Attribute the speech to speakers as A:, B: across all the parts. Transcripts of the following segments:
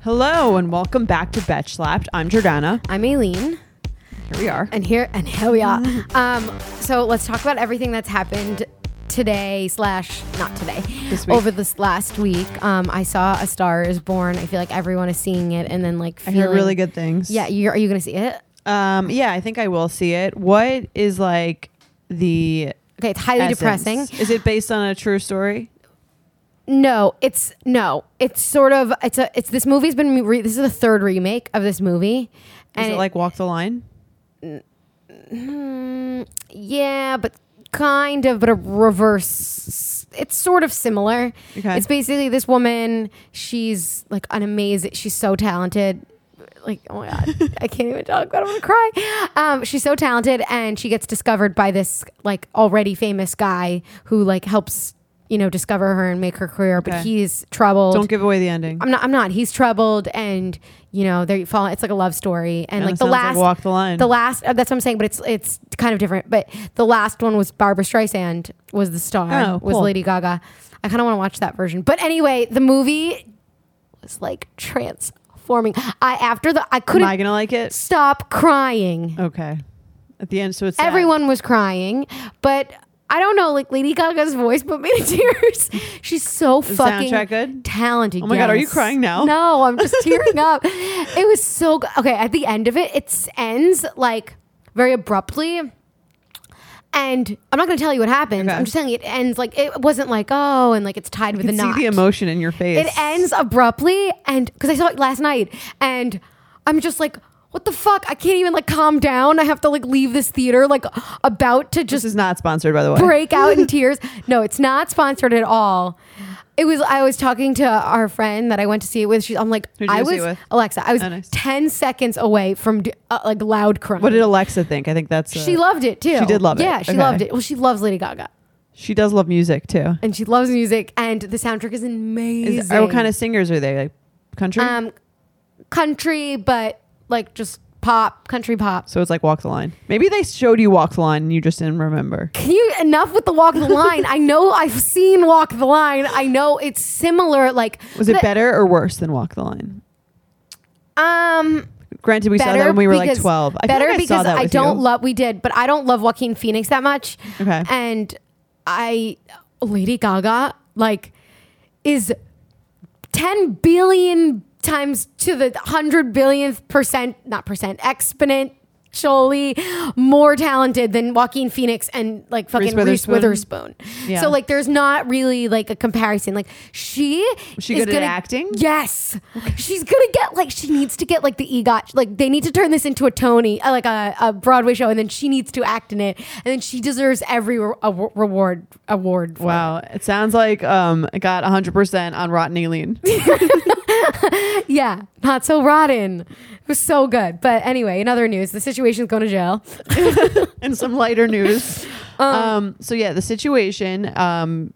A: Hello and welcome back to Betch Slapped. I'm Jordana.
B: I'm Aileen,
A: Here we are.
B: and here and here we are. Um, so let's talk about everything that's happened today slash not today
A: This week.
B: over this last week. Um, I saw A Star Is Born. I feel like everyone is seeing it, and then like
A: I
B: feeling,
A: hear really good things.
B: Yeah, you're, are you gonna see it?
A: Um, yeah, I think I will see it. What is like the
B: Okay, it's highly
A: essence?
B: depressing.
A: Is it based on a true story?
B: No, it's no, it's sort of it's a it's this movie's been re- this is the third remake of this
A: Is
B: movie, and
A: it like Walk the Line?
B: Mm, yeah, but kind of, but a reverse. It's sort of similar.
A: Okay.
B: It's basically this woman. She's like an amazing. She's so talented. Like oh my god, I can't even talk about. it. I'm gonna cry. Um, she's so talented, and she gets discovered by this like already famous guy who like helps you know discover her and make her career.
A: Okay.
B: But he's troubled.
A: Don't give away the ending.
B: I'm not. I'm not. He's troubled, and you know they fall. It's like a love story, and
A: Yeah,
B: like
A: that
B: the
A: sounds
B: last
A: Walk the Line.
B: the last uh, that's what I'm saying, but it's it's kind of different. But the last one was Barbara Streisand was the star,
A: Oh,
B: was
A: cool.
B: Lady Gaga. I kind of want to watch that version. But anyway, the movie was like transforming. I after the I
A: Am
B: couldn't
A: I gonna like it?
B: stop crying.
A: Okay. At the end, so it's sad.
B: Everyone was crying, but I don't know, like Lady Gaga's voice put me to tears. She's so fucking
A: soundtrack good?
B: talented.
A: Oh my God, are you
B: yes.
A: crying now?
B: No, I'm just tearing up. It was so good. Okay, at the end of it, it s- ends like very abruptly. And I'm not going to tell you what happens.
A: Okay.
B: I'm just telling you it ends like it wasn't like oh and like it's tied with
A: You
B: a
A: can
B: knot.
A: see the emotion in your face.
B: It ends abruptly, and because I saw it last night, and I'm just like, what the fuck? I can't even like calm down. I have to like leave this theater, like about to
A: This
B: just
A: is not sponsored, by the way.
B: break out in tears. No, it's not sponsored at all. It was. I was talking to our friend that I went to see it with. She, I'm like,
A: Who'd you
B: I
A: go see
B: was
A: it with?
B: Alexa. I was
A: Oh, nice.
B: ten seconds away from d- uh, like loud crying.
A: What did Alexa think? I think that's. uh,
B: she loved it too.
A: She did love it.
B: Yeah, she
A: Okay.
B: loved it. Well, she loves Lady Gaga
A: She does love music too.
B: and she loves music, and the soundtrack is amazing.
A: Is, what kind of singers are they? Like country.
B: um country but like just pop country pop
A: so it's like Walk the Line. Maybe they showed you Walk the Line and you just didn't remember.
B: can you enough with the walk the line i know i've seen walk the line i know it's similar like
A: Was it
B: but-
A: better or worse than Walk the Line?
B: um
A: Granted, we saw
B: better
A: that when we were like
B: because-
A: twelve. I feel
B: better
A: like I
B: because
A: saw that
B: i
A: with
B: don't
A: you.
B: love we did but i don't love joaquin phoenix that much
A: Okay.
B: and i lady gaga like is 10 billion times to the 100 billionth percent, not percent, exponentially more talented than Joaquin Phoenix and like fucking Reese
A: Witherspoon?
B: Witherspoon.
A: Yeah.
B: So like there's not really like a comparison. Like she
A: Was she
B: is
A: good at
B: gonna-
A: acting?
B: Yes. She's going to get like she needs to get like the EGOT. Like they need to turn this into a Tony, uh, like a, a Broadway show and then she needs to act in it and then she deserves every re- aw- reward award. for
A: Wow, it sounds like um, it got hundred percent on Rotten Alien.
B: Yeah, not so rotten. It was so good. But anyway, in other news, the situation's going to jail.
A: and some lighter news. Um, so yeah, the situation um,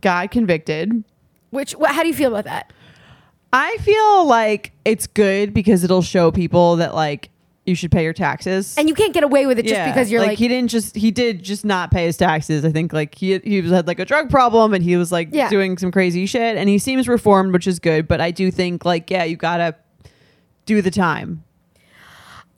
A: got convicted.
B: Which, wh- how do you feel about that?
A: I feel like it's good because it'll show people that like you should pay your taxes.
B: And you can't get away with it just because you're like,
A: he didn't just he did just not pay his taxes. I think like he he was had like a drug problem and he was like
B: Yeah.
A: doing some crazy shit and he seems reformed, which is good. But I do think like yeah, you gotta do the time.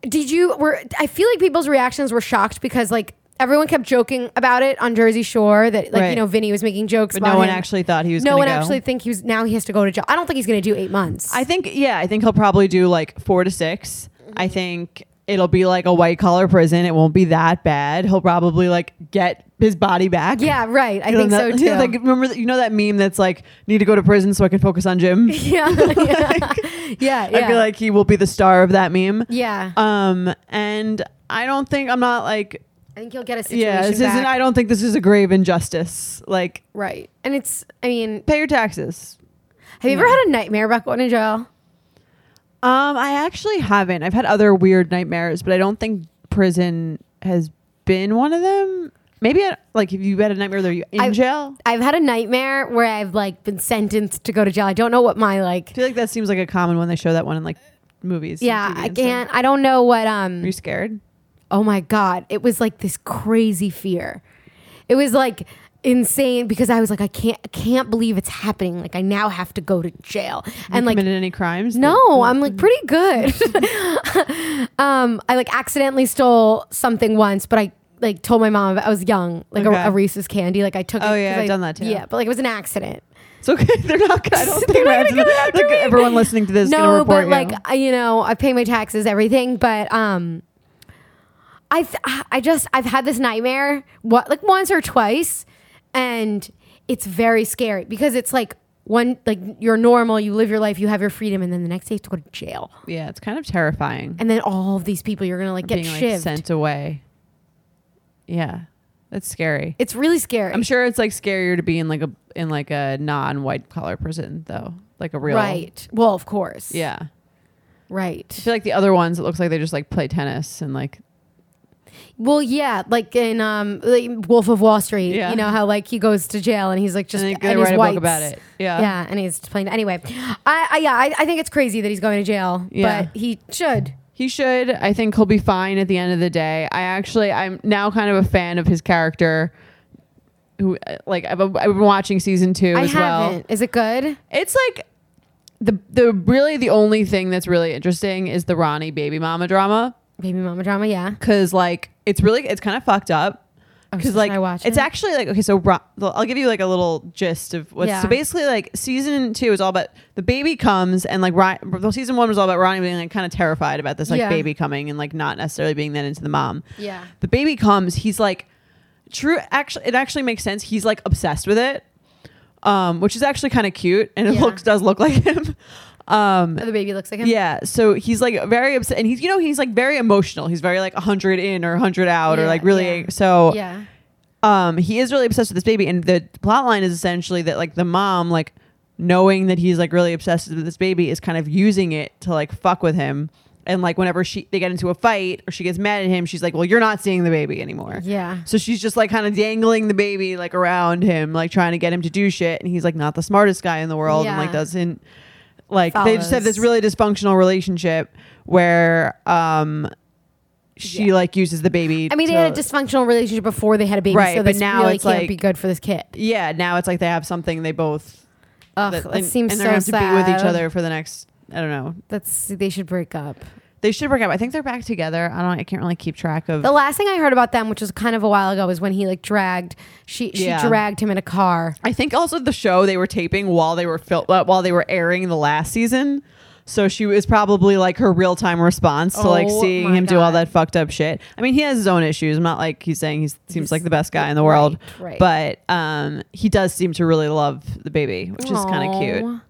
B: did you? Were I feel like people's reactions were shocked because like everyone kept joking about it on Jersey Shore that like
A: Right.
B: you know Vinny was making jokes,
A: But
B: about
A: no one
B: him.
A: actually thought he was.
B: no
A: gonna
B: one
A: go.
B: actually think he was. Now he has to go to jail. I don't think he's going to do eight months.
A: I think yeah, I think he'll probably do like four to 6 I
B: Mm-hmm.
A: think it'll be like a white collar prison. It won't be that bad. He'll probably like get his body back.
B: yeah, right. I
A: You know,
B: think so
A: that-
B: too.
A: yeah, like remember that- you know that meme that's like need to go to prison so I can focus on gym.
B: yeah, yeah, yeah, yeah.
A: I feel like he will be the star of that meme.
B: yeah.
A: Um, and I don't think I'm not like
B: I think he'll get a situation.
A: yeah. This
B: back.
A: isn't. I don't think this is a grave injustice. Like
B: right. And it's. I mean,
A: pay your taxes.
B: have you ever had a nightmare about going to jail?
A: Um, I actually haven't. I've had other weird nightmares, but I don't think prison has been one of them. Maybe I, like if you had a nightmare there, you in
B: I-
A: jail.
B: I've had a nightmare where I've like been sentenced to go to jail. I don't know what my
A: I
B: like.
A: feel like that seems like a common one. They show that one in like movies. and
B: Yeah,
A: TV
B: I
A: and stuff.
B: can't. I don't know what.
A: Are
B: Um.
A: you scared?
B: Oh my god, it was like this crazy fear. It was like insane because I was like, I can't, I can't believe it's happening. Like I now have to go to jail and like.
A: committed any crimes?
B: No, I'm
A: mm.
B: like pretty good. um, I like accidentally stole something once, but I like told my mom I was young, like
A: Okay.
B: a, a Reese's candy. Like I took.
A: Oh,
B: it 'cause
A: yeah, I've
B: I-
A: done that, too.
B: Yeah, but like it was an accident.
A: It's okay. They're not. I don't
B: They're
A: think
B: not
A: we're
B: gonna go after
A: like,
B: me.
A: everyone listening to this is gonna
B: no,
A: report
B: but
A: you.
B: like I- you know, I pay my taxes, everything. But um, I th- I just I've had this nightmare what like once or twice, and it's very scary because it's like one like you're normal, you live your life, you have your freedom, and then the next day you have to go to jail,
A: yeah, it's kind of terrifying.
B: and then all of these people you're gonna like get
A: being like
B: shivved.
A: sent away. Yeah, that's scary.
B: it's really scary.
A: I'm sure it's like scarier to be in like a in like a non white collar prison though, like a real
B: Right. Well, of course.
A: Yeah, I
B: Right.
A: feel like the other ones it looks like they just like play tennis and like
B: Well, yeah, like in um like Wolf of Wall Street,
A: Yeah.
B: you know how like he goes to jail and he's like just
A: and they,
B: and,
A: they
B: he's
A: write a
B: whites.
A: book about it. Yeah,
B: yeah, and he's playing anyway. I, I yeah, I, I think it's crazy that he's going to jail,
A: Yeah.
B: but he should.
A: He should. I think he'll be fine at the end of the day. I actually, I'm now kind of a fan of his character. Who, uh, like, I've, I've been watching season two
B: I
A: as well.
B: haven't. Is it good?
A: It's like the the really the only thing that's really interesting is the Ronnie baby mama drama
B: Baby mama drama, yeah.
A: because like it's really it's kind of fucked up
B: Oh,
A: because
B: should
A: like
B: I watch
A: it's
B: it?
A: actually like okay so Ro- i'll give you like a little gist of what's
B: Yeah.
A: so basically like season two is all about the baby comes and like Ron, well, season one was all about ronnie being like kind of terrified about this like
B: Yeah.
A: baby coming and like not necessarily being that into the mom
B: Yeah.
A: the baby comes he's like true actually it actually makes sense he's like obsessed with it um which is actually kind of cute and it
B: Yeah.
A: looks does look like him um
B: Oh, the baby looks like him.
A: yeah. So he's like very upset and he's, you know, he's like very emotional. He's very like 100 in or 100 out or
B: Yeah,
A: like really.
B: yeah.
A: So
B: Yeah.
A: um, he is really obsessed with this baby. And the plot line is essentially that like the mom, like knowing that he's like really obsessed with this baby is kind of using it to like fuck with him. And like whenever she they get into a fight or she gets mad at him, she's like, well, you're not seeing the baby anymore.
B: Yeah.
A: So she's just like kind of dangling the baby like around him, like trying to get him to do shit. And he's like not the smartest guy in the world and like
B: Yeah.
A: doesn't like they just have
B: Follows.
A: this really dysfunctional relationship where um she
B: Yeah.
A: like uses the baby.
B: I mean, they
A: to-
B: had a dysfunctional relationship before they had a baby,
A: Right,
B: so
A: but
B: this
A: now
B: really
A: it's
B: can't
A: like-
B: be good for this kid.
A: yeah. Now it's like they have something they both
B: Ugh,
A: that-
B: that,
A: and,
B: seems
A: and
B: so
A: they're gonna have to
B: sad.
A: be with each other for the next. I don't know.
B: That's they should break up.
A: They should break up. I think they're back together. I don't. I can't really keep track of.
B: The last thing I heard about them, which was kind of a while ago, was when he like dragged she she
A: Yeah.
B: dragged him in a car.
A: I think also the show they were taping while they were fil- uh, while they were airing the last season. So she was probably like her real time response to like
B: Oh
A: seeing
B: my
A: him do all
B: God.
A: that fucked up shit. I mean, he has his own issues. I'm not like he's saying he seems
B: He's-
A: like the best guy in the world,
B: right, right.
A: but um, he does seem to really love the baby, which is kind of cute.
B: Aw.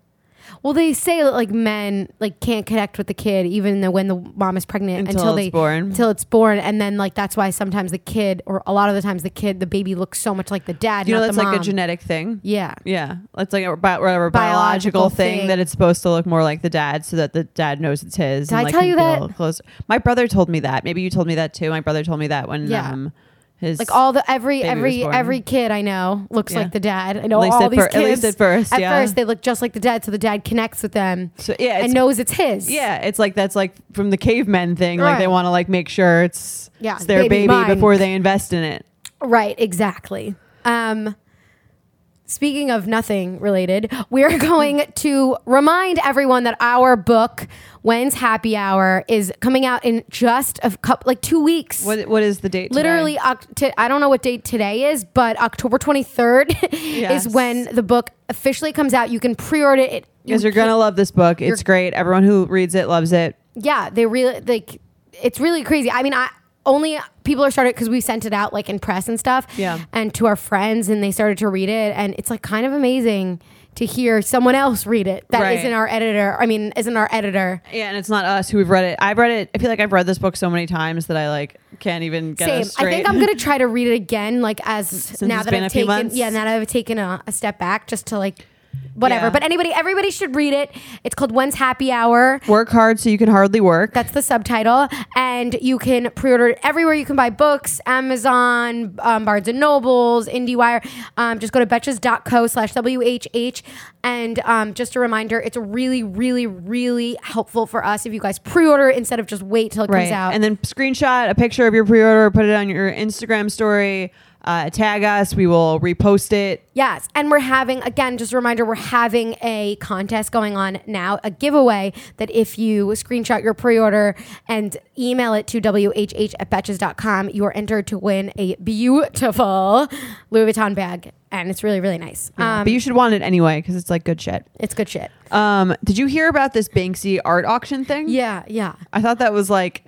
B: Well, they say that like men like can't connect with the kid even though when the mom is pregnant
A: Until
B: until,
A: it's
B: they
A: born.
B: until it's born, and then like that's why sometimes the kid or a lot of the times the kid the baby looks so much like the dad.
A: You know,
B: not
A: that's
B: the
A: like a
B: mom.
A: genetic thing.
B: Yeah,
A: Yeah, that's like a bi- whatever biological,
B: Biological
A: thing,
B: thing.
A: that it's supposed to look more like the dad, so that the dad knows it's his.
B: Did
A: and
B: I
A: like
B: tell
A: can
B: you
A: get a
B: that?
A: little Closer. My brother told me that. Maybe you told me that too. My brother told me that when
B: Yeah.
A: um his
B: like all the every
A: Baby was
B: every
A: born.
B: every kid I know looks
A: Yeah.
B: like the dad. I know
A: At least
B: all
A: at
B: these
A: fir- at
B: kids.
A: least at first,
B: at
A: yeah.
B: first they look just like the dad, so the dad connects with them
A: so yeah it's,
B: and knows it's his.
A: yeah it's like that's like from the cavemen thing. Like they
B: Right.
A: want to like make sure it's
B: Yeah,
A: it's their baby,
B: baby's mine.
A: before they invest in it.
B: Right, exactly. Um, speaking of nothing related, we're going to remind everyone that our book, When's Happy Hour, is coming out in just a couple, like two weeks.
A: What what is the date? today?
B: Literally, Oct- t- I don't know what date today is, but October 23rd
A: Yes.
B: is when the book officially comes out. You can pre order it.
A: Because you're gonna love this book. It's great. Everyone who reads it loves it.
B: yeah, they really like it's really crazy. I mean, I only people are started because we sent it out like in press and stuff,
A: Yeah.
B: and to our friends, and they started to read it, and it's like kind of amazing to hear someone else read it that
A: Right.
B: not our editor. I mean, isn't our editor?
A: Yeah, and it's not us who have read it. I've read it. I feel like I've read this book so many times that I like can't even get a
B: Same. I
A: straight.
B: think I'm gonna try to read it again, like as now
A: it's
B: that
A: been a
B: I've
A: few
B: taken,
A: months.
B: yeah, now that I've taken a, a step back, just to like whatever.
A: Yeah.
B: But anybody, everybody should read it. It's called When's Happy Hour.
A: Work hard so you can hardly work.
B: That's the subtitle, and you can pre-order it everywhere. You can buy books, Amazon, um, Barnes and Nobles, IndieWire. Um, just go to betches.co slash whh. And um, just a reminder, it's really, really, really helpful for us if you guys pre-order it instead of just wait till it comes out.
A: And then screenshot a picture of your pre order, put it on your Instagram story. Uh, tag us. We will repost it.
B: Yes. And we're having, again, just a reminder, we're having a contest going on now, a giveaway that if you screenshot your pre order and email it to whh at betches.com, you are entered to win a beautiful Louis Vuitton bag. And it's really, really nice. Um,
A: but you should want it anyway because it's like good shit.
B: it's good shit.
A: Um, did you hear about this Banksy art auction thing?
B: Yeah. Yeah.
A: I thought that was like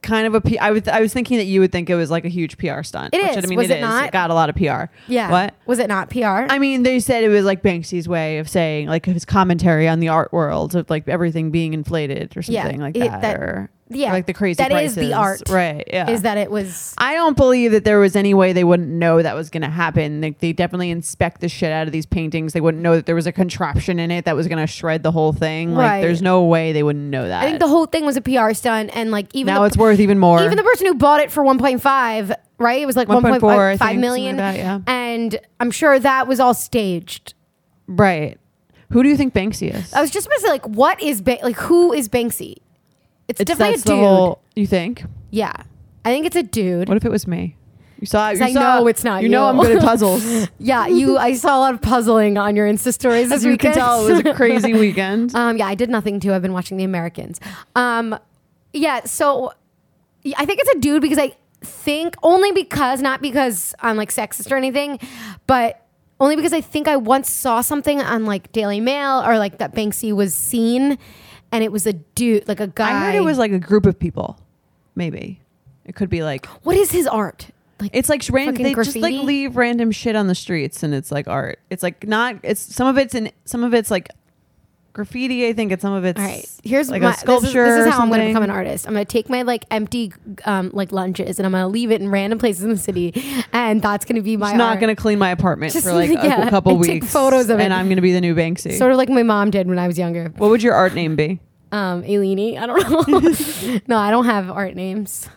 A: kind of a P- I was I was thinking that you would think it was like a huge PR stunt.
B: It
A: which,
B: is.
A: I mean,
B: Was
A: it
B: it
A: is.
B: not?
A: It got a lot of PR.
B: Yeah.
A: What?
B: Was it not PR?
A: I mean, they said it was like Banksy's way of saying like his commentary on the art world of like everything being inflated or
B: Yeah,
A: something like
B: it-
A: that,
B: that-
A: or
B: yeah,
A: like the crazy
B: that is the
A: prices.
B: art,
A: right? Yeah,
B: Is that it was.
A: I don't believe that there was any way they wouldn't know that was going to happen. Like they definitely inspect the shit out of these paintings. They wouldn't know that there was a contraption in it that was going to shred the whole thing.
B: Right.
A: Like there's no way they wouldn't know that.
B: I think the whole thing was a PR stunt, and like even
A: now
B: the,
A: it's worth even more.
B: even the person who bought it for 1.5 right it was like
A: 1.4,
B: 1.4
A: I think,
B: 5
A: something
B: million
A: like that, yeah.
B: and i'm sure that was all staged
A: right. Who do you think Banksy is?
B: i was just about to say like what is ba- like who is banksy it's,
A: It's-
B: definitely a
A: that's the
B: dude
A: whole- you think?
B: yeah i think it's a dude
A: What if it was me? You saw. You
B: I
A: saw,
B: know it's not
A: You, know
B: you.
A: I'm good at puzzles.
B: yeah you i saw a lot of puzzling on your insta stories this
A: As you can
B: weekend.
A: tell, it was a crazy weekend.
B: Um, yeah, I did nothing too. I've been watching The Americans. Um, yeah, so yeah, I think it's a dude because I think only because not because I'm like sexist or anything, but only because I think I once saw something on like Daily Mail or like that Banksy was seen, and it was a dude, like a guy.
A: I heard it was like a group of people. Maybe it could be like
B: What is his art? Like
A: it's like random.
B: Fucking
A: They just like
B: graffiti?
A: leave random shit on the streets, and it's like art. It's like not. It's some of it's in some of it's like graffiti. I think, and some of it's
B: All right. Here's
A: like
B: my,
A: a
B: this is-
A: sculpture.
B: This is,
A: or
B: how I'm going to
A: something.
B: become an artist. I'm going to take my like empty um, like lunches and I'm going to leave it in random places in the city, and that's going to be my.
A: Just not
B: art.
A: going to clean my apartment
B: Just-
A: for like a
B: yeah,
A: cou- couple
B: and take
A: weeks.
B: photos of it.
A: and I'm going to be the new Banksy.
B: Sort of like my mom did when I was younger.
A: what would your art name be?
B: Um, Eleni, I don't know. no, I don't have art names.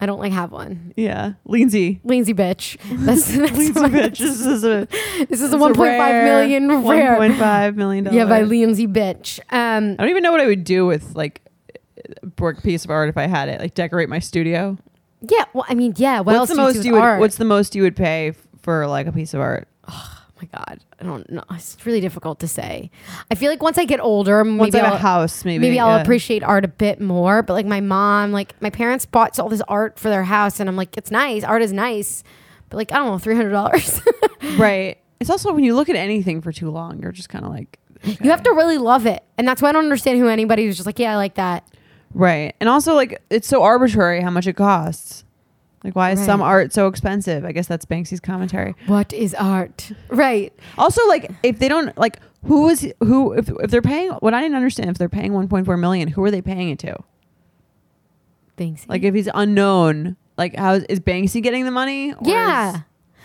B: I don't like have one.
A: Yeah, Lindsay.
B: Lindsay bitch. That's, that's
A: Lindsay
B: my-
A: bitch. This is a
B: This is a 1.5 million rare.
A: One point five million dollars.
B: yeah, by Lindsay bitch. Um,
A: I don't even know what I would do with like a brick piece of art if I had it. Like decorate my studio.
B: yeah. Well, I mean, yeah. What else
A: what's the
B: do you do
A: most
B: with
A: you would?
B: art?
A: What's the most you would pay f- for like a piece of art?
B: oh my god. I don't know. It's really difficult to say. I feel like once I get older, maybe
A: Once I have
B: I'll,
A: a house, maybe.
B: maybe I'll
A: yeah.
B: appreciate art a bit more. But like my mom, like my parents bought all this art for their house, and I'm like, it's nice. Art is nice, but like I don't know, three hundred dollars.
A: Right. It's also when you look at anything for too long, you're just kind of like.
B: You have to really love it, and that's why I don't understand who anybody who's just like, yeah, I like that.
A: Right. And also, like, it's so arbitrary how much it costs. Like, why is some
B: Right.
A: art so expensive? I guess that's Banksy's commentary.
B: What is art? Right.
A: Also, like, if they don't, like, who is who? If, if they're paying, what I didn't understand, if they're paying 1.4 million, who are they paying it to?
B: Thanks.
A: Like, if he's unknown, like, how is, is Banksy getting the money? Or
B: yeah.
A: is-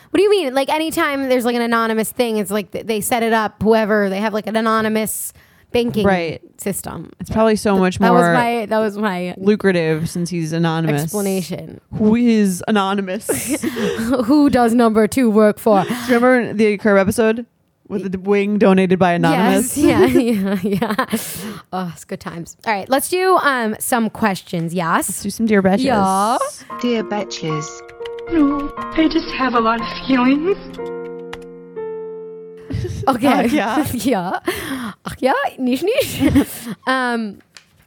B: What do you mean? Like anytime there's like an anonymous thing, it's like th- they set it up. Whoever they have like an anonymous banking
A: Right.
B: system.
A: it's probably so much
B: That
A: more
B: was my that was my
A: lucrative since he's anonymous.
B: explanation.
A: Who is anonymous?
B: who does number two work for?
A: Remember the Curb episode with the wing donated by anonymous?
B: Yes. Yeah. Yeah. Yeah. Oh, it's good times. All right, let's do um some questions.
A: Let's
B: Yes.
A: do some dear betches.
B: Yeah.
C: Dear Betches,
D: No, I just have a lot of feelings.
B: Okay.
A: Uh, yeah.
B: yeah. Ach, yeah. Niche niche. um,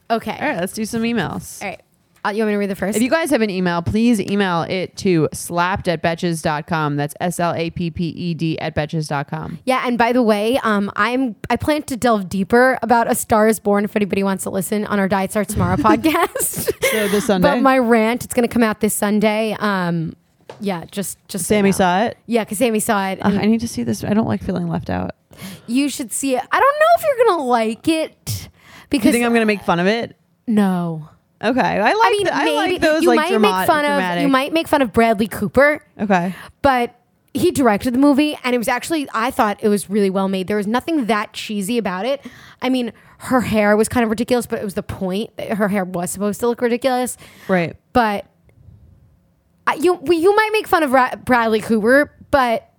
B: okay.
A: All right, let's do some emails.
B: All right. Uh, you want me to read the first?
A: If you guys have an email, please email it to slapped at betches.com. That's S L A P P E D at betches.com.
B: yeah. And by the way, um, I'm I plan to delve deeper about A Star Is Born if anybody wants to listen on our Diet Starts Tomorrow podcast.
A: So this Sunday,
B: But my rant, it's going to come out this Sunday. Um, yeah. Just just so you
A: Sammy
B: know.
A: saw it.
B: Yeah, because Sammy saw it.
A: Ugh,
B: and
A: I need to see this. I don't like feeling left out.
B: you should see it. I don't know if you're gonna like it
A: Do you
B: because
A: think I'm going to make fun of it?
B: no.
A: Okay, I like.
B: I mean,
A: th- I
B: maybe
A: like those
B: you
A: like
B: might
A: drama-
B: make fun
A: dramatic.
B: of you might make fun of Bradley Cooper,
A: Okay,
B: but he directed the movie, and it was actually I thought it was really well made. There was nothing that cheesy about it. I mean, her hair was kind of ridiculous, but it was the point. Her hair was supposed to look ridiculous,
A: right.
B: but I, you we- you might make fun of Ra- Bradley Cooper, but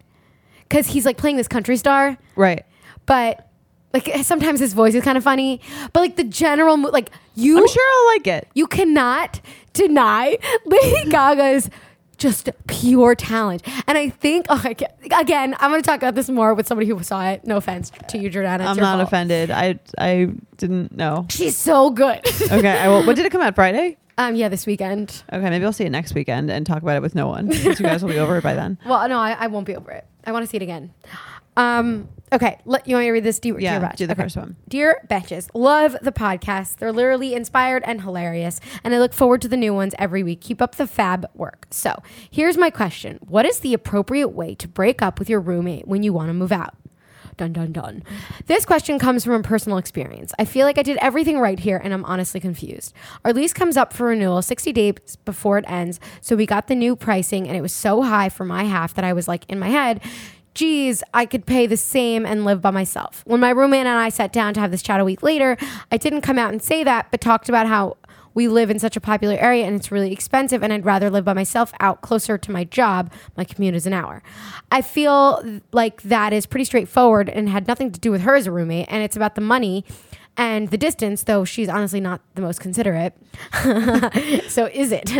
B: because he's like playing this country star,
A: Right.
B: but like sometimes his voice is kind of funny. But like the general, mo- like you,
A: I'm sure I'll like it.
B: you cannot deny Lady Gaga's just pure talent. And I think, oh, I can't- again, I'm going to talk about this more with somebody who saw it. No offense to you, Jordana. It's
A: I'm
B: your
A: not
B: fault.
A: offended. I I didn't know.
B: She's so good.
A: Okay, I will. What did it come out Friday?
B: um, yeah, this weekend.
A: Okay, maybe I'll see it next weekend and talk about it with no one. Since you guys will be over it by then.
B: Well, no, I, I won't be over it. I want to see it again. Um, okay, let, you want me to read this? Dear,
A: Yeah,
B: dear batch.
A: do the
B: Okay.
A: first one.
B: Dear Betches, love the podcast. They're literally inspired and hilarious, and I look forward to the new ones every week. Keep up the fab work. So, here's my question What is the appropriate way to break up with your roommate when you want to move out? Dun dun dun. This question comes from a personal experience. I feel like I did everything right here and I'm honestly confused. Our lease comes up for renewal 60 days before it ends, so we got the new pricing and it was so high for my half that I was like in my head, geez, I could pay the same and live by myself. When my roommate and I sat down to have this chat a week later, I didn't come out and say that, but talked about how we live in such a popular area and it's really expensive and I'd rather live by myself out closer to my job. My commute is an hour. I feel like that is pretty straightforward and had nothing to do with her as a roommate and it's about the money and the distance, though she's honestly not the most considerate. so is it?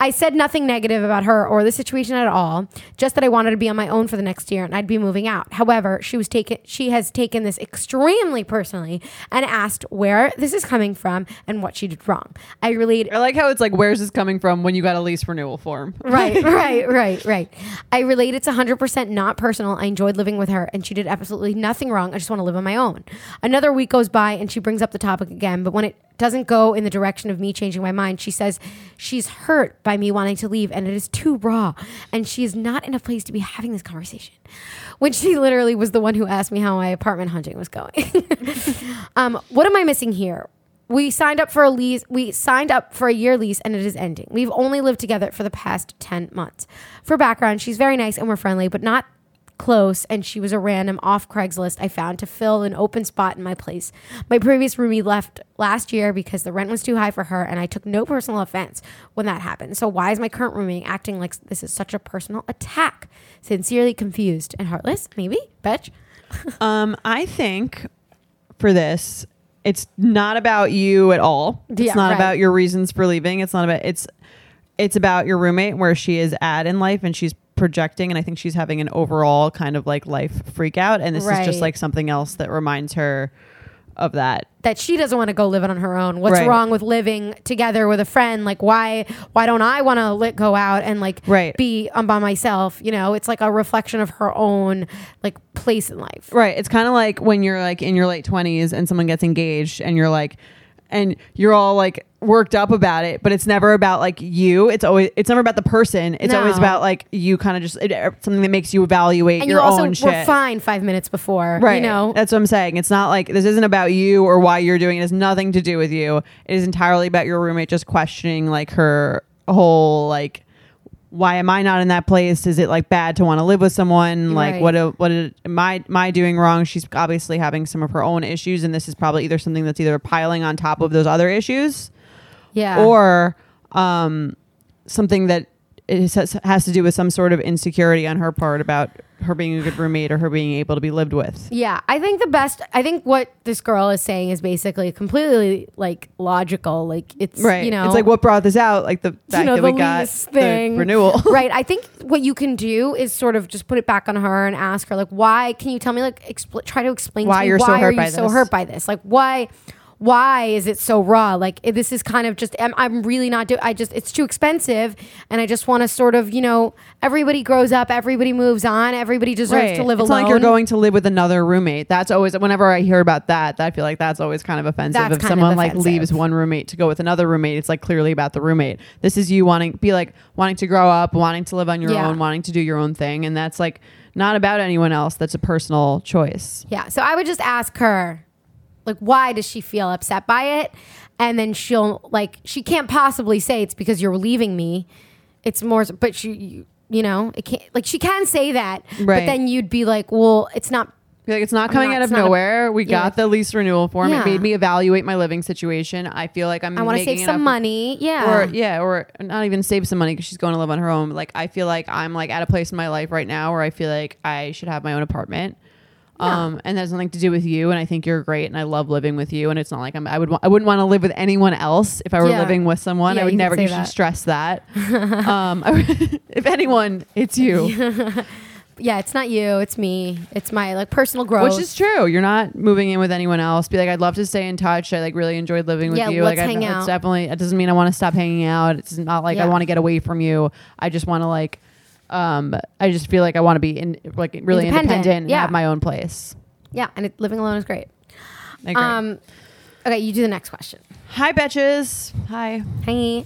B: I said nothing negative about her or the situation at all, just that I wanted to be on my own for the next year and I'd be moving out. However, she was taken she has taken this extremely personally and asked where this is coming from and what she did wrong. I relayed
A: I like how it's like, where's this coming from when you got a lease renewal form?
B: right, right, right, right. I relate it's 100% not personal. I enjoyed living with her and she did absolutely nothing wrong. I just want to live on my own. Another week goes by and she brings up the topic again, but when it doesn't go in the direction of me changing my mind, she says she's hurt by me wanting to leave and it is too raw and she is not in a place to be having this conversation. When she literally was the one who asked me how my apartment hunting was going. um, what am I missing here? We signed up for a lease. We signed up for a year lease, and it is ending. We've only lived together for the past ten months. For background, she's very nice and we're friendly, but not close. And she was a random off Craigslist I found to fill an open spot in my place. My previous roomie left last year because the rent was too high for her, and I took no personal offense when that happened. So why is my current roomie acting like this is such a personal attack? Sincerely confused and heartless, maybe. Bitch.
A: Um, I think for this, it's not about you at all. It's
B: Yeah,
A: not
B: right.
A: about your reasons for leaving. It's not about it's it's about your roommate where she is at in life and she's projecting and I think she's having an overall kind of like life freak out and this is
B: Right.
A: just like something else that reminds her of that.
B: that she doesn't want to go live it on her own. What's
A: Right.
B: wrong with living together with a friend? Like why why don't I want to let go out and like
A: Right.
B: be um, by myself? You know, it's like a reflection of her own like place in life.
A: Right. It's kind of like when you're like in your late twenties and someone gets engaged and you're like, and you're all like worked up about it, but it's never about like you. It's always it's never about the person. It's always
B: No.
A: about like you kind of just it, er, something that makes you evaluate
B: And
A: your
B: you also
A: own
B: were
A: shit.
B: fine five minutes before.
A: Right.
B: You know.
A: That's what I'm saying. It's not like this isn't about you or why you're doing it. It has nothing to do with you. It is entirely about your roommate just questioning like her whole like why am I not in that place? Is it like bad to want to live with someone? Like
B: Right.
A: what a, what a, am I am I doing wrong? She's obviously having some of her own issues and this is probably either something that's either piling on top of those other issues
B: yeah.
A: or um something that it has, has to do with some sort of insecurity on her part about her being a good roommate or her being able to be lived with.
B: Yeah, I think the best. I think what this girl is saying is basically completely like logical. Like it's
A: right
B: You know,
A: it's like what brought this out like the
B: you
A: fact
B: know,
A: that
B: the
A: we got
B: lease thing.
A: the renewal
B: right. I think what you can do is sort of just put it back on her and ask her, like, why can you tell me, like, expl- try to explain
A: Why
B: to me
A: you're so
B: why
A: hurt
B: are you
A: by
B: so
A: this?
B: hurt by this? Like, why? Why is it so raw? Like i- this is kind of just I'm, I'm really not doing. I just it's too expensive, and I just want to sort of you know everybody grows up, everybody moves on, everybody deserves to live
A: it's not
B: alone.
A: like you're going to live with another roommate that's always whenever i hear about that i feel like that's always kind of offensive
B: That's
A: if
B: kind of
A: someone like
B: offensive.
A: leaves one roommate to go with another roommate it's like clearly about the roommate this is you wanting be like wanting to grow up wanting to live on your
B: Yeah.
A: own wanting to do your own thing and that's like not about anyone else that's a personal choice
B: Yeah. So I would just ask her, like, why does she feel upset by it? And then she'll like, she can't possibly say it's because you're leaving me. It's more, but she, you, you know, it can't. Like she can say that, but
A: Right.
B: then you'd be like, well, it's not.
A: Be like, it's not coming
B: not-
A: out
B: it's
A: of
B: not a-
A: nowhere. we
B: Yeah.
A: got the lease renewal form.
B: Yeah.
A: It made me evaluate my living situation. I feel like I'm.
B: I want to
A: making
B: save some
A: enough-
B: money. Yeah.
A: or yeah, or not even save some money because she's going to live on her own. Like I feel like I'm like at a place in my life right now where I feel like I should have my own apartment. Um, and that has nothing to do with you. And I think you're great, and I love living with you. And it's not like I'm. I would. Wa- I wouldn't want to live with anyone else if I were
B: Yeah.
A: living with someone.
B: Yeah,
A: I would
B: you can
A: never.
B: say
A: You should
B: that.
A: stress that. um, I would- if anyone, it's you,
B: Yeah, it's not you, it's me. It's my like personal growth.
A: which is true. You're not moving in with anyone else. Be like, I'd love to stay in touch. I like really enjoyed living with
B: Yeah,
A: you.
B: let's
A: like,
B: hang
A: I,
B: out.
A: It's definitely. It doesn't mean I want to stop hanging out. It's not like I
B: Yeah.
A: want to get away from you. I just want to like. Um, I just feel like I want to be in like really
B: Independent,
A: independent, and
B: yeah.
A: have my own place.
B: yeah, and it, living alone is great.
A: I agree.
B: Um okay, you do the next question.
A: Hi, bitches. Hi.
B: Hey.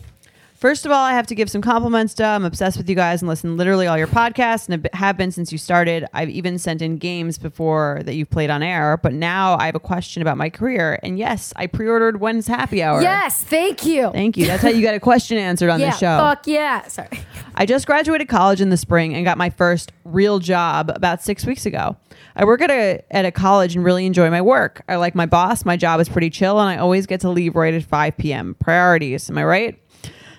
A: First of all, I have to give some compliments to. I'm obsessed with you guys and listen to literally all your podcasts and have been since you started. I've even sent in games before that you've played on air, but now I have a question about my career. And yes, I pre-ordered When's Happy Hour.
B: Yes, thank you.
A: Thank you. That's how you got a question answered on
B: yeah,
A: this show.
B: Fuck yeah. Sorry.
A: I just graduated college in the spring and got my first real job about six weeks ago. I work at a at a college and really enjoy my work. I like my boss. My job is pretty chill, and I always get to leave right at 5 p.m. Priorities. Am I right?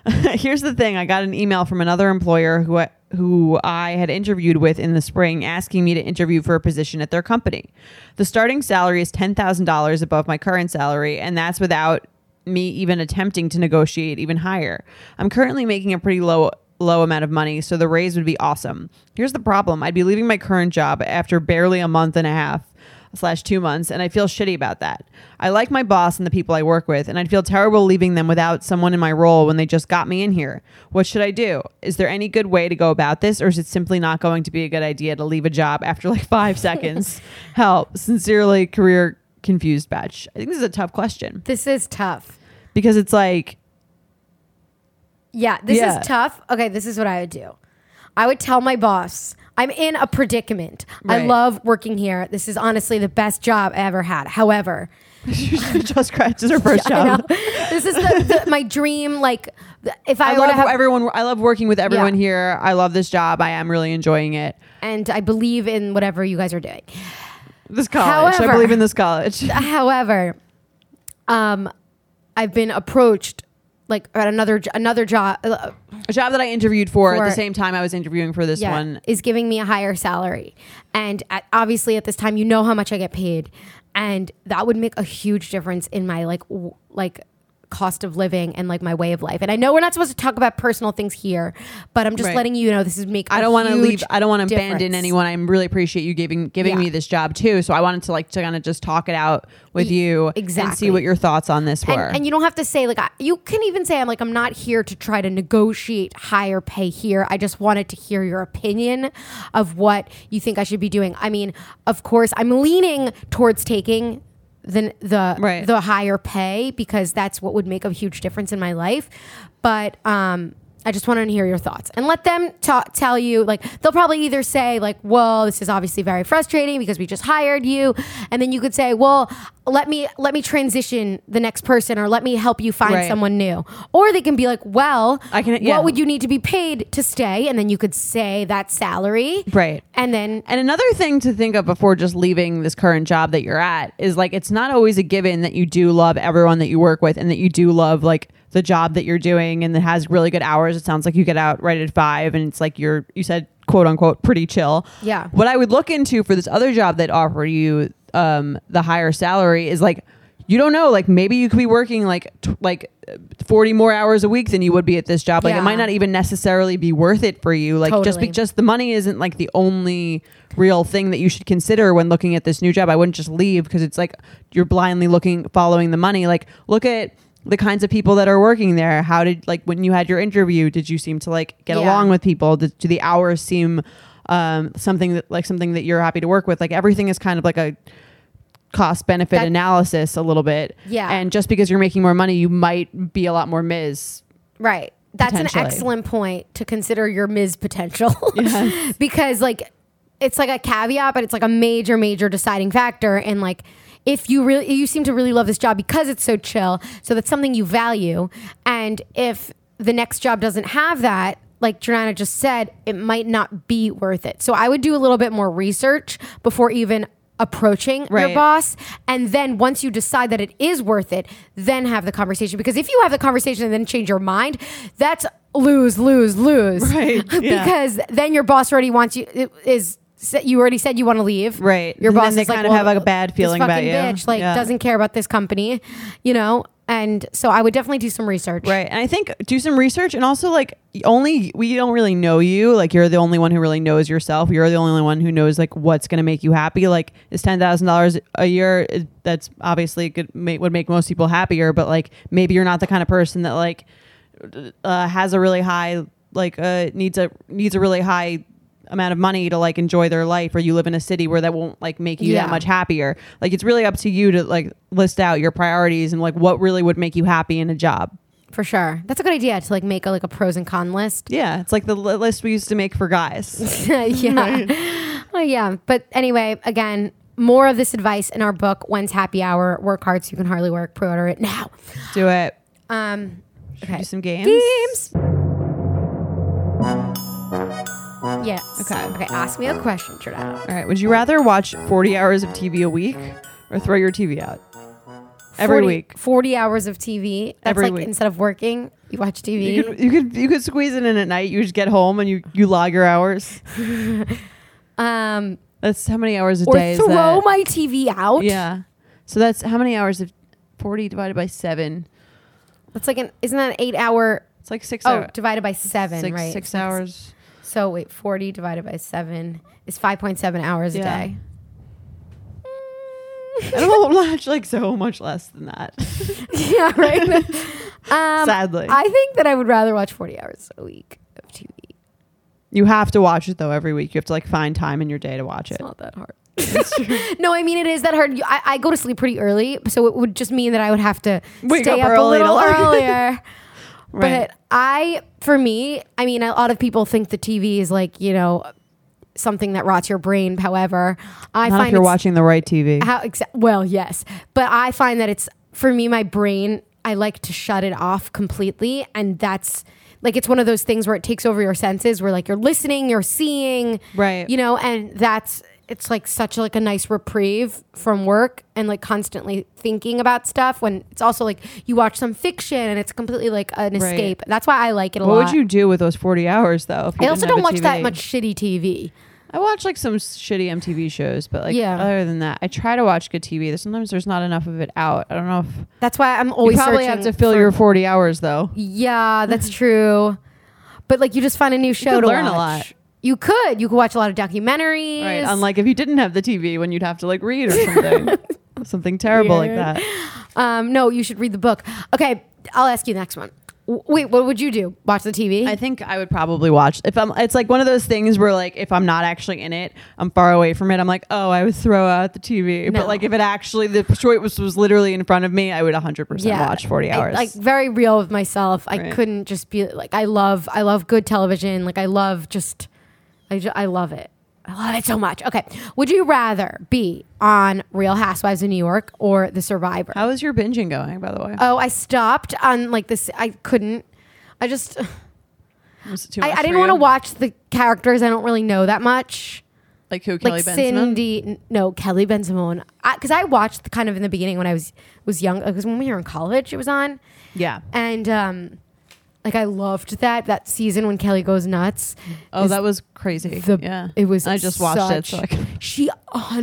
A: Here's the thing. I got an email from another employer who I, who I had interviewed with in the spring asking me to interview for a position at their company. The starting salary is $10,000 above my current salary, and that's without me even attempting to negotiate even higher. I'm currently making a pretty low low amount of money, so the raise would be awesome. Here's the problem. I'd be leaving my current job after barely a month and a half slash two months, and I feel shitty about that. I like my boss and the people I work with, and I'd feel terrible leaving them without someone in my role when they just got me in here. What should I do? Is there any good way to go about this, or is it simply not going to be a good idea to leave a job after like five seconds? Help. Sincerely, career confused batch. I think this is a tough question
B: This is tough.
A: because it's like,
B: Yeah, this
A: Yeah.
B: is tough. Okay, this is what I would do. I would tell my boss, I'm in a predicament. I
A: Right.
B: love working here. This is honestly the best job I ever had. However,
A: just scratches her first
B: I know.
A: job.
B: this is the, the, my dream. Like, th- if I,
A: Oh. I
B: were
A: love
B: to have,
A: everyone. I love working with everyone
B: Yeah.
A: here. I love this job. I am really enjoying it.
B: and I believe in whatever you guys are doing.
A: This college.
B: However-
A: I believe in this college.
B: However, um, I've been approached like at another j- another job. Uh,
A: A job that I interviewed for, at
B: For-
A: the same time I was interviewing for this
B: yeah,
A: one.
B: is giving me a higher salary, and at, obviously at this time, you know how much I get paid, and that would make a huge difference in my like w- like cost of living and like my way of life. And I know we're not supposed to talk about personal things here, but I'm just
A: Right.
B: letting you know this is make.
A: I
B: a
A: don't want to
B: huge
A: leave. I don't want to abandon
B: difference.
A: anyone. I really appreciate you giving giving
B: Yeah.
A: me this job too. So I wanted to like to kind of just talk it out with you and
B: E exactly.
A: see what your thoughts on this were.
B: And, and you don't have to say like I, you can even say I'm like I'm not here to try to negotiate higher pay here. I just wanted to hear your opinion of what you think I should be doing. I mean, of course, I'm leaning towards taking the the
A: Right.
B: the higher pay because that's what would make a huge difference in my life. But um I just wanted to hear your thoughts and let them ta- tell you. Like, they'll probably either say, like, well, this is obviously very frustrating because we just hired you. And then you could say, well, let me, let me transition the next person or let me help you find
A: Right.
B: someone new. Or they can be like, well,
A: I can- yeah.
B: what would you need to be paid to stay? And then you could say that salary.
A: Right.
B: And then,
A: And another thing to think of before just leaving this current job that you're at is like it's not always a given that you do love everyone that you work with and that you do love like the job that you're doing and that has really good hours. It sounds like you get out right at five and it's like you're you said quote unquote pretty chill.
B: Yeah.
A: What I would look into for this other job that offered you um the higher salary is like you don't know like maybe you could be working like t- like uh, 40 more hours a week than you would be at this job like
B: Yeah.
A: it might not even necessarily be worth it for you like just be,
B: Totally.
A: just just the money isn't like the only real thing that you should consider when looking at this new job. I wouldn't just leave because it's like you're blindly looking following the money. Like look at the kinds of people that are working there. How did like when you had your interview, did you seem to like get
B: Yeah.
A: along with people? Did, do the hours seem um, something that like something that you're happy to work with? Like everything is kind of like a cost benefit
B: That-
A: analysis a little bit.
B: Yeah.
A: And just because you're making more money, you might be a lot more Ms.
B: right. That's an
A: Potentially.
B: excellent point to consider your Ms. potential.
A: Yes.
B: because, like, it's like a caveat, but it's like a major, major deciding factor. And, like, if you really, you seem to really love this job because it's so chill. So that's something you value. And if the next job doesn't have that, like Jordana just said, it might not be worth it. So I would do a little bit more research before even approaching your
A: Right.
B: boss boss. And then once you decide that it is worth it, then have the conversation. Because if you have the conversation and then change your mind, that's lose, lose, lose.
A: Right, yeah.
B: because then your boss already wants you, is sa- you already said you want to leave.
A: Right.
B: Your
A: And
B: boss
A: then they
B: is like,
A: kind of
B: well,
A: have, like, a bad
B: this
A: feeling about
B: fucking
A: you.
B: Bitch, like
A: Yeah.
B: doesn't care about this company, you know. And so I would definitely do some research.
A: Right. And I think do some research and also like only we don't really know you. Like you're the only one who really knows yourself. You're the only one who knows like what's going to make you happy. Like is $10,000 a year is- that's obviously could make, would make most people happier, but like maybe you're not the kind of person that like uh, has a really high like uh needs a needs a really high amount of money to like enjoy their life or you live in a city where that won't like make you
B: Yeah.
A: that much happier like it's really up to you to like list out your priorities and like what really would make you happy in a job
B: For sure. That's a good idea to like make a like a pros and con list.
A: Yeah, it's like the li- list we used to make for guys.
B: yeah. Oh yeah. But anyway, again, more of this advice in our book, When's Happy Hour? Work hard so you can hardly work. Pre-order it now.
A: Do it.
B: Um okay.
A: Do some games.
B: Games. Yes.
A: Okay.
B: Okay. Ask me a question, Jordana.
A: All right. Would you rather watch 40 hours of TV a week or throw your TV out? Every
B: 40
A: week.
B: Forty hours of TV. That's
A: Every
B: like
A: week.
B: instead of working, you watch TV.
A: You could, you could you could squeeze it in at night. You just get home and you you log your hours.
B: um,
A: That's how many hours a
B: or
A: day. is
B: throw
A: that?
B: my TV out.
A: Yeah. So that's how many hours of 40 divided by seven.
B: That's like an isn't that an eight hour?
A: It's like six
B: Oh,
A: hours.
B: divided by seven,
A: Six,
B: right?
A: six hours.
B: So wait, forty divided by seven is five point seven hours
A: Yeah.
B: a day.
A: I don't watch like so much less than that.
B: yeah, right. um,
A: Sadly.
B: I think that I would rather watch forty hours a week of TV.
A: you have to watch it though every week. You have to like find time in your day to watch it.
B: It's not that hard. no, I mean it is that hard. You- I, I go to sleep pretty early, so it would just mean that I would have to
A: Wake
B: stay
A: up
B: up, a
A: early to
B: little
A: learn.
B: earlier. But I, for me, I mean, a lot of people think the TV is like you know something that rots your brain. However, I
A: Not
B: find
A: if you're
B: it's-
A: watching the right TV.
B: how exa- well, yes, but I find that it's for me, my brain. I like to shut it off completely, and that's like it's one of those things where it takes over your senses, where like you're listening, you're seeing,
A: Right.
B: You know, and that's it's like such like a nice reprieve from work and like constantly thinking about stuff. When it's also like you watch some fiction and it's completely like an escape. That's why I like it a
A: What
B: lot.
A: would you do with those 40 hours though? if you
B: I also
A: didn't
B: don't
A: have a
B: watch that
A: TV?
B: much shitty TV.
A: I watch like some s- shitty MTV shows, but like
B: Yeah.
A: other than that, I try to watch good TV. There's- Sometimes there's not enough of it out. I don't know if
B: That's why I'm
A: you
B: always
A: probably have
B: searching
A: to fill
B: for-
A: your 40 hours though.
B: Yeah, that's true. But like you just find a new show
A: could
B: to
A: learn a
B: watch.
A: lot.
B: You could. You could watch a lot of documentaries.
A: Right. Unlike if you didn't have the TV when you'd have to like read or something. something terrible
B: Weird.
A: like that.
B: um, no, you should read the book. Okay, I'll ask you the next one. W- Wait, what would you do? Watch the TV?
A: I think I would probably watch if I'm it's like one of those things where like if I'm not actually in it, I'm far away from it. I'm like, "Oh, I would throw out the TV."
B: No.
A: But like if it actually the choice was, was literally in front of me, I would 100% watch 40
B: I-
A: hours.
B: like very real with myself. I
A: Right.
B: couldn't just be like I love I love good television. Like I love just I ju- I love it. I love it so much. Okay. Would you rather be on Real Housewives of New York or The Survivor?
A: How is your binging going, by the way?
B: Oh, I stopped on like this. I couldn't. I just.
A: Was it too
B: I,
A: much
B: I
A: for
B: didn't want to
A: you?
B: watch the characters. I don't really know that much.
A: like who
B: Like Cindy, n- no Kelly Ben Simone, because I, watched the, kind of in the beginning when I was was young. Because when we were in college, it was on,
A: Yeah.
B: and um, like I loved that that season when Kelly goes nuts.
A: Oh,
B: Is
A: that was crazy.
B: the
A: yeah.
B: it was.
A: I just watched it. So I
B: such-
A: can-
B: she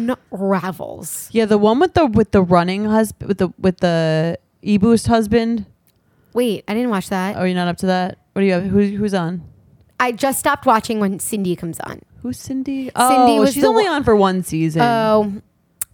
B: unravels.
A: yeah, the one with the with the running husband with the with the e boost husband.
B: Wait, I didn't watch that.
A: Oh, you're not up to that. What do you have? Who, who's on?
B: I just stopped watching when Cindy comes on.
A: Who's Cindy? Oh,
B: was
A: she's
B: the
A: only
B: one-
A: on for one season.
B: Oh,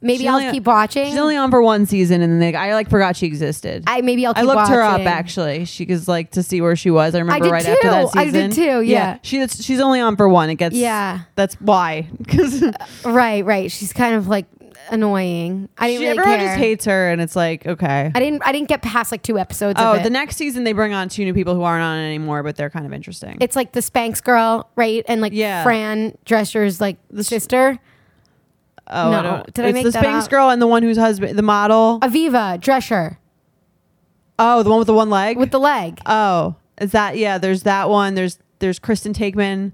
B: maybe
A: She's
B: I'll
A: only-
B: keep watching.
A: she's only on for one season, and then they, I like forgot she existed.
B: I maybe I'll. Keep
A: I looked her up
B: watching.
A: actually. She was like to see where she was. I remember
B: did
A: right after that
B: too. I
A: season.
B: did too, yeah.
A: She that's- she's only on for one. It gets
B: Yeah.
A: That's why because
B: Right, right. She's kind of like annoying. I didn't really
A: everyone
B: care.
A: just hates her, and it's like okay.
B: I didn't. I didn't get past like two episodes.
A: Oh,
B: of it.
A: the next season they bring on two new people who aren't on it anymore, but they're kind of interesting.
B: it's like the Spanx girl, right? And like
A: Yeah.
B: Fran Drescher's like sister,
A: oh,
B: no.
A: don't-
B: Did I
A: it's
B: make
A: the
B: that
A: Spanx
B: up?
A: girl and the one whose husband, the model.
B: Aviva Drescher
A: Oh, the one with the one leg.
B: with the leg.
A: oh, is that yeah? There's that one. There's there's Kristen Takeman.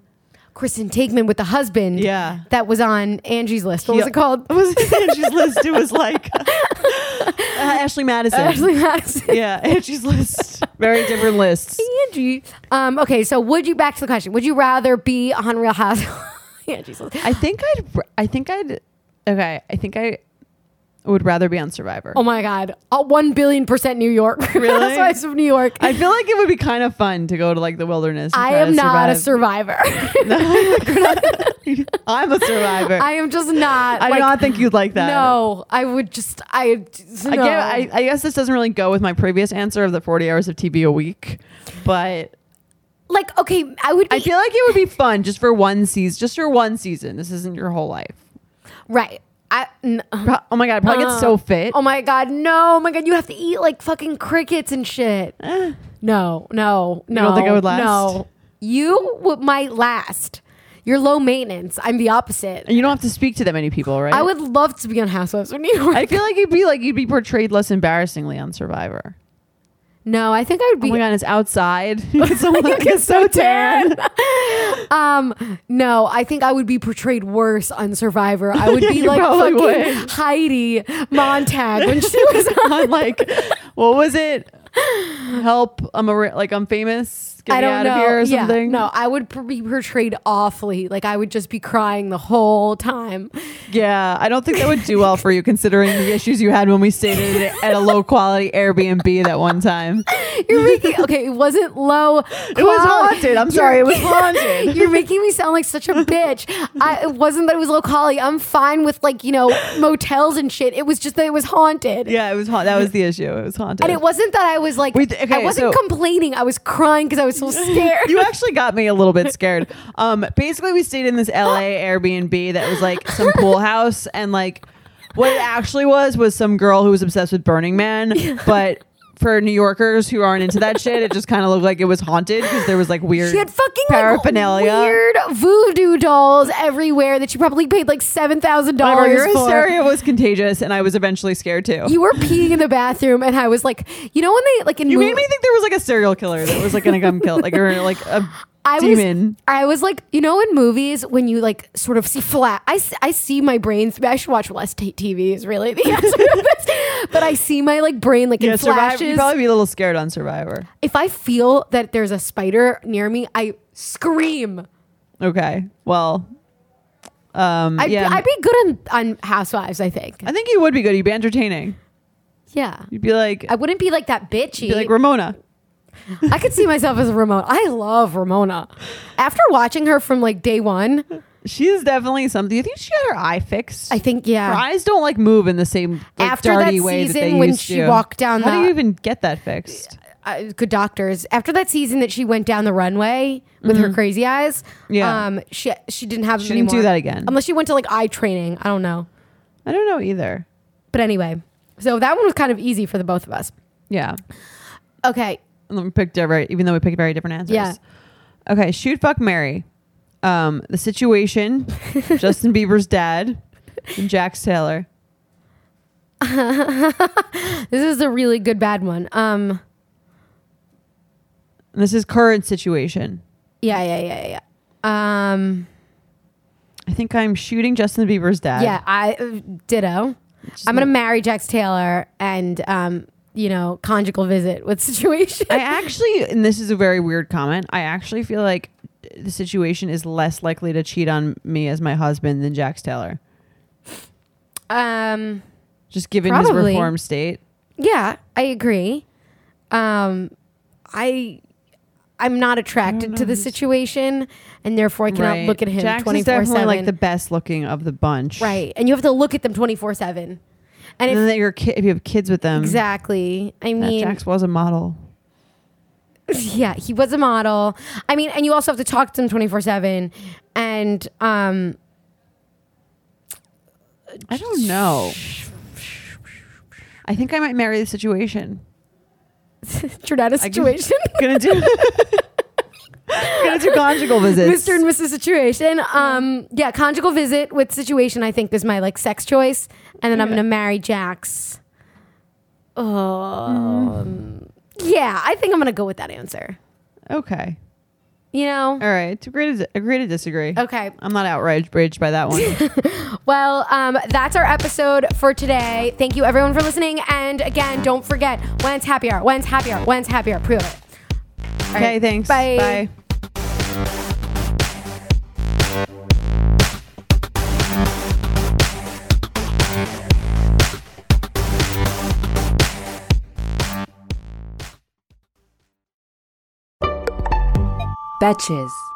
B: Kristen Tigman with the husband.
A: Yeah.
B: that was on Angie's list. What was
A: Yeah.
B: it called?
A: What was Angie's list? It was like uh, Ashley Madison.
B: Ashley Madison.
A: yeah, Angie's list. Very different lists.
B: Angie. Um, okay, so would you back to the question? Would you rather be on Real Housewives yeah, Jesus.
A: I think I'd. I think I'd. Okay, I think I would rather be on Survivor.
B: Oh my God. Uh, 1 billion percent New York.
A: Really?
B: That's why it's from New York.
A: I feel like it would be kind of fun to go to like the wilderness. and
B: I
A: try
B: am
A: to
B: not a
A: survive.
B: survivor.
A: I'm a survivor.
B: I
A: I,
B: am just not.
A: do
B: like,
A: not think you'd like that.
B: No, I would just. I.
A: I,
B: no.
A: get, I, I guess this doesn't really go with my previous answer of the 40 hours of TV a week, but
B: like okay. I would. Be,
A: I feel like it would be fun just for one season. Just for one season. This isn't your whole life.
B: right. I. n-
A: Pro- oh my god, I probably
B: uh,
A: get so fit.
B: Oh my god, no! Oh my god, you have to eat like fucking crickets and shit. no, no, no.
A: don't think I would last?
B: No, you would might last. You're low maintenance. I'm the opposite.
A: and you don't have to speak to that many people, right?
B: I would love to be on Housewives of New York.
A: I feel like you'd be like you'd be portrayed less embarrassingly on Survivor.
B: no, I think I would
A: Oh
B: be.
A: my god, it's outside. it's so, it's so tan.
B: um, no, I think I would be portrayed worse on Survivor. I would
A: Yeah,
B: be
A: you
B: like
A: probably
B: fucking
A: would.
B: Heidi Montag when she was on.
A: on like what was it? Help! I'm a ri- like I'm famous. Get
B: I
A: me
B: don't
A: out
B: know.
A: of here or
B: Yeah,
A: something.
B: no, I would pr- be portrayed awfully. Like I would just be crying the whole time.
A: Yeah, I don't think that would do well for you considering the issues you had when we stayed at, a- at a low quality Airbnb that one time.
B: You're making okay. It wasn't low.
A: It was haunted. I'm sorry, it was haunted.
B: You're making me sound like such a bitch. I, it wasn't that it was low quality. I'm fine with like you know motels and shit. It was just that it was haunted.
A: Yeah, it was ha- that was the issue. It was haunted.
B: And it wasn't that I was like
A: We th-
B: I
A: okay,
B: wasn't
A: so-
B: complaining. I was crying because I was so scared.
A: you actually got me a little bit scared. Um, basically, we stayed in this LA Airbnb that was like some pool house, and like what it actually was was some girl who was obsessed with Burning Man, but. For New Yorkers who aren't into that shit, it just kind of looked like it was haunted because there was like weird
B: she had fucking
A: paraphernalia.
B: Like, weird voodoo dolls everywhere that she probably paid like seven thousand
A: Whatever,
B: dollars
A: your
B: for.
A: hysteria was contagious, and I was eventually scared too.
B: You were peeing in the bathroom, and I was like, you know when they like in
A: You
B: movie-
A: made me think there was like a serial killer that was like gonna come kill like or like a
B: I Was,
A: demon.
B: I was like, you know, in movies when you like sort of see flat. I, s- I see my brain. I should watch less t- TV. Is really the answer to this. But I see my like brain like
A: yeah,
B: in
A: Survivor.
B: flashes.
A: You'd probably be a little scared on Survivor.
B: if I feel that there's a spider near me, I scream.
A: Okay, well, um,
B: I'd,
A: yeah,
B: I'd be good on, on Housewives. I think.
A: I think you would be good. You'd be entertaining.
B: Yeah.
A: You'd be like,
B: I wouldn't be like that
A: be
B: bitchy.
A: like Ramona.
B: I could see myself as Ramona. I love Ramona. After watching her from like day one,
A: She's definitely something. You think she got her eye fixed?
B: I think yeah.
A: her eyes don't like move in the same like,
B: After
A: dirty
B: that
A: way that
B: season
A: they
B: when
A: used
B: she
A: to.
B: walked down
A: How do
B: the-
A: you even get that fixed?
B: uh, good doctors. After that season that she went down the runway with her crazy eyes,
A: Mm-hmm. Yeah.
B: um, she she didn't have them
A: Shouldn't do
B: anymore.
A: that again.
B: unless she went to like eye training. I don't know,
A: I don't know either.
B: but anyway, so that one was kind of easy for the both of us.
A: Yeah,
B: Okay,
A: and then we picked different, even though we picked very different answers.
B: Yeah.
A: Okay, shoot, fuck, Mary. Um, the situation, Justin Bieber's dad, and Jax Taylor.
B: this is a really good bad one. Um,
A: And this is current situation.
B: yeah, yeah, yeah, yeah. Um,
A: I think I'm shooting Justin Bieber's dad.
B: yeah, I uh, ditto. I'm gonna marry Jax Taylor and um, you know, conjugal visit with situation.
A: I actually, and this is a very weird comment. I actually feel like the situation is less likely to cheat on me as my husband than Jax Taylor,
B: um,
A: just given his
B: Probably.
A: reform state.
B: Yeah, I agree. Um, I I'm not attracted to the situation, and therefore I cannot
A: Oh, Right.
B: look at him
A: Jax
B: twenty
A: is
B: four
A: definitely
B: seven.
A: like the best looking of the bunch.
B: right, and you have to look at them twenty four seven. And
A: And
B: if,
A: then your ki- if you have kids with them,
B: exactly, I
A: that
B: mean,
A: Jax was a model.
B: yeah, he was a model. I mean, and you also have to talk to him twenty four seven, and um,
A: I don't know. I think I might marry the situation.
B: Trinetta
A: can-
B: situation,
A: Gonna do. gonna do conjugal visits.
B: Mr. and Mrs. Situation. Um, yeah, conjugal visit with situation. I think is my like sex choice, and then I'm
A: Yeah.
B: gonna marry Jax.
A: Oh.
B: Um, yeah, I think I'm gonna go with that answer.
A: Okay.
B: You know,
A: All right. Agree to, agree to disagree.
B: okay.
A: I'm not outraged by that one.
B: Well, um, that's our episode for today. Thank you everyone for listening, and again, don't forget when's happy hour. When's happy hour. When's happy hour. Prove it. All
A: okay.
B: right,
A: Thanks.
B: Bye.
A: Bye.
C: Betches.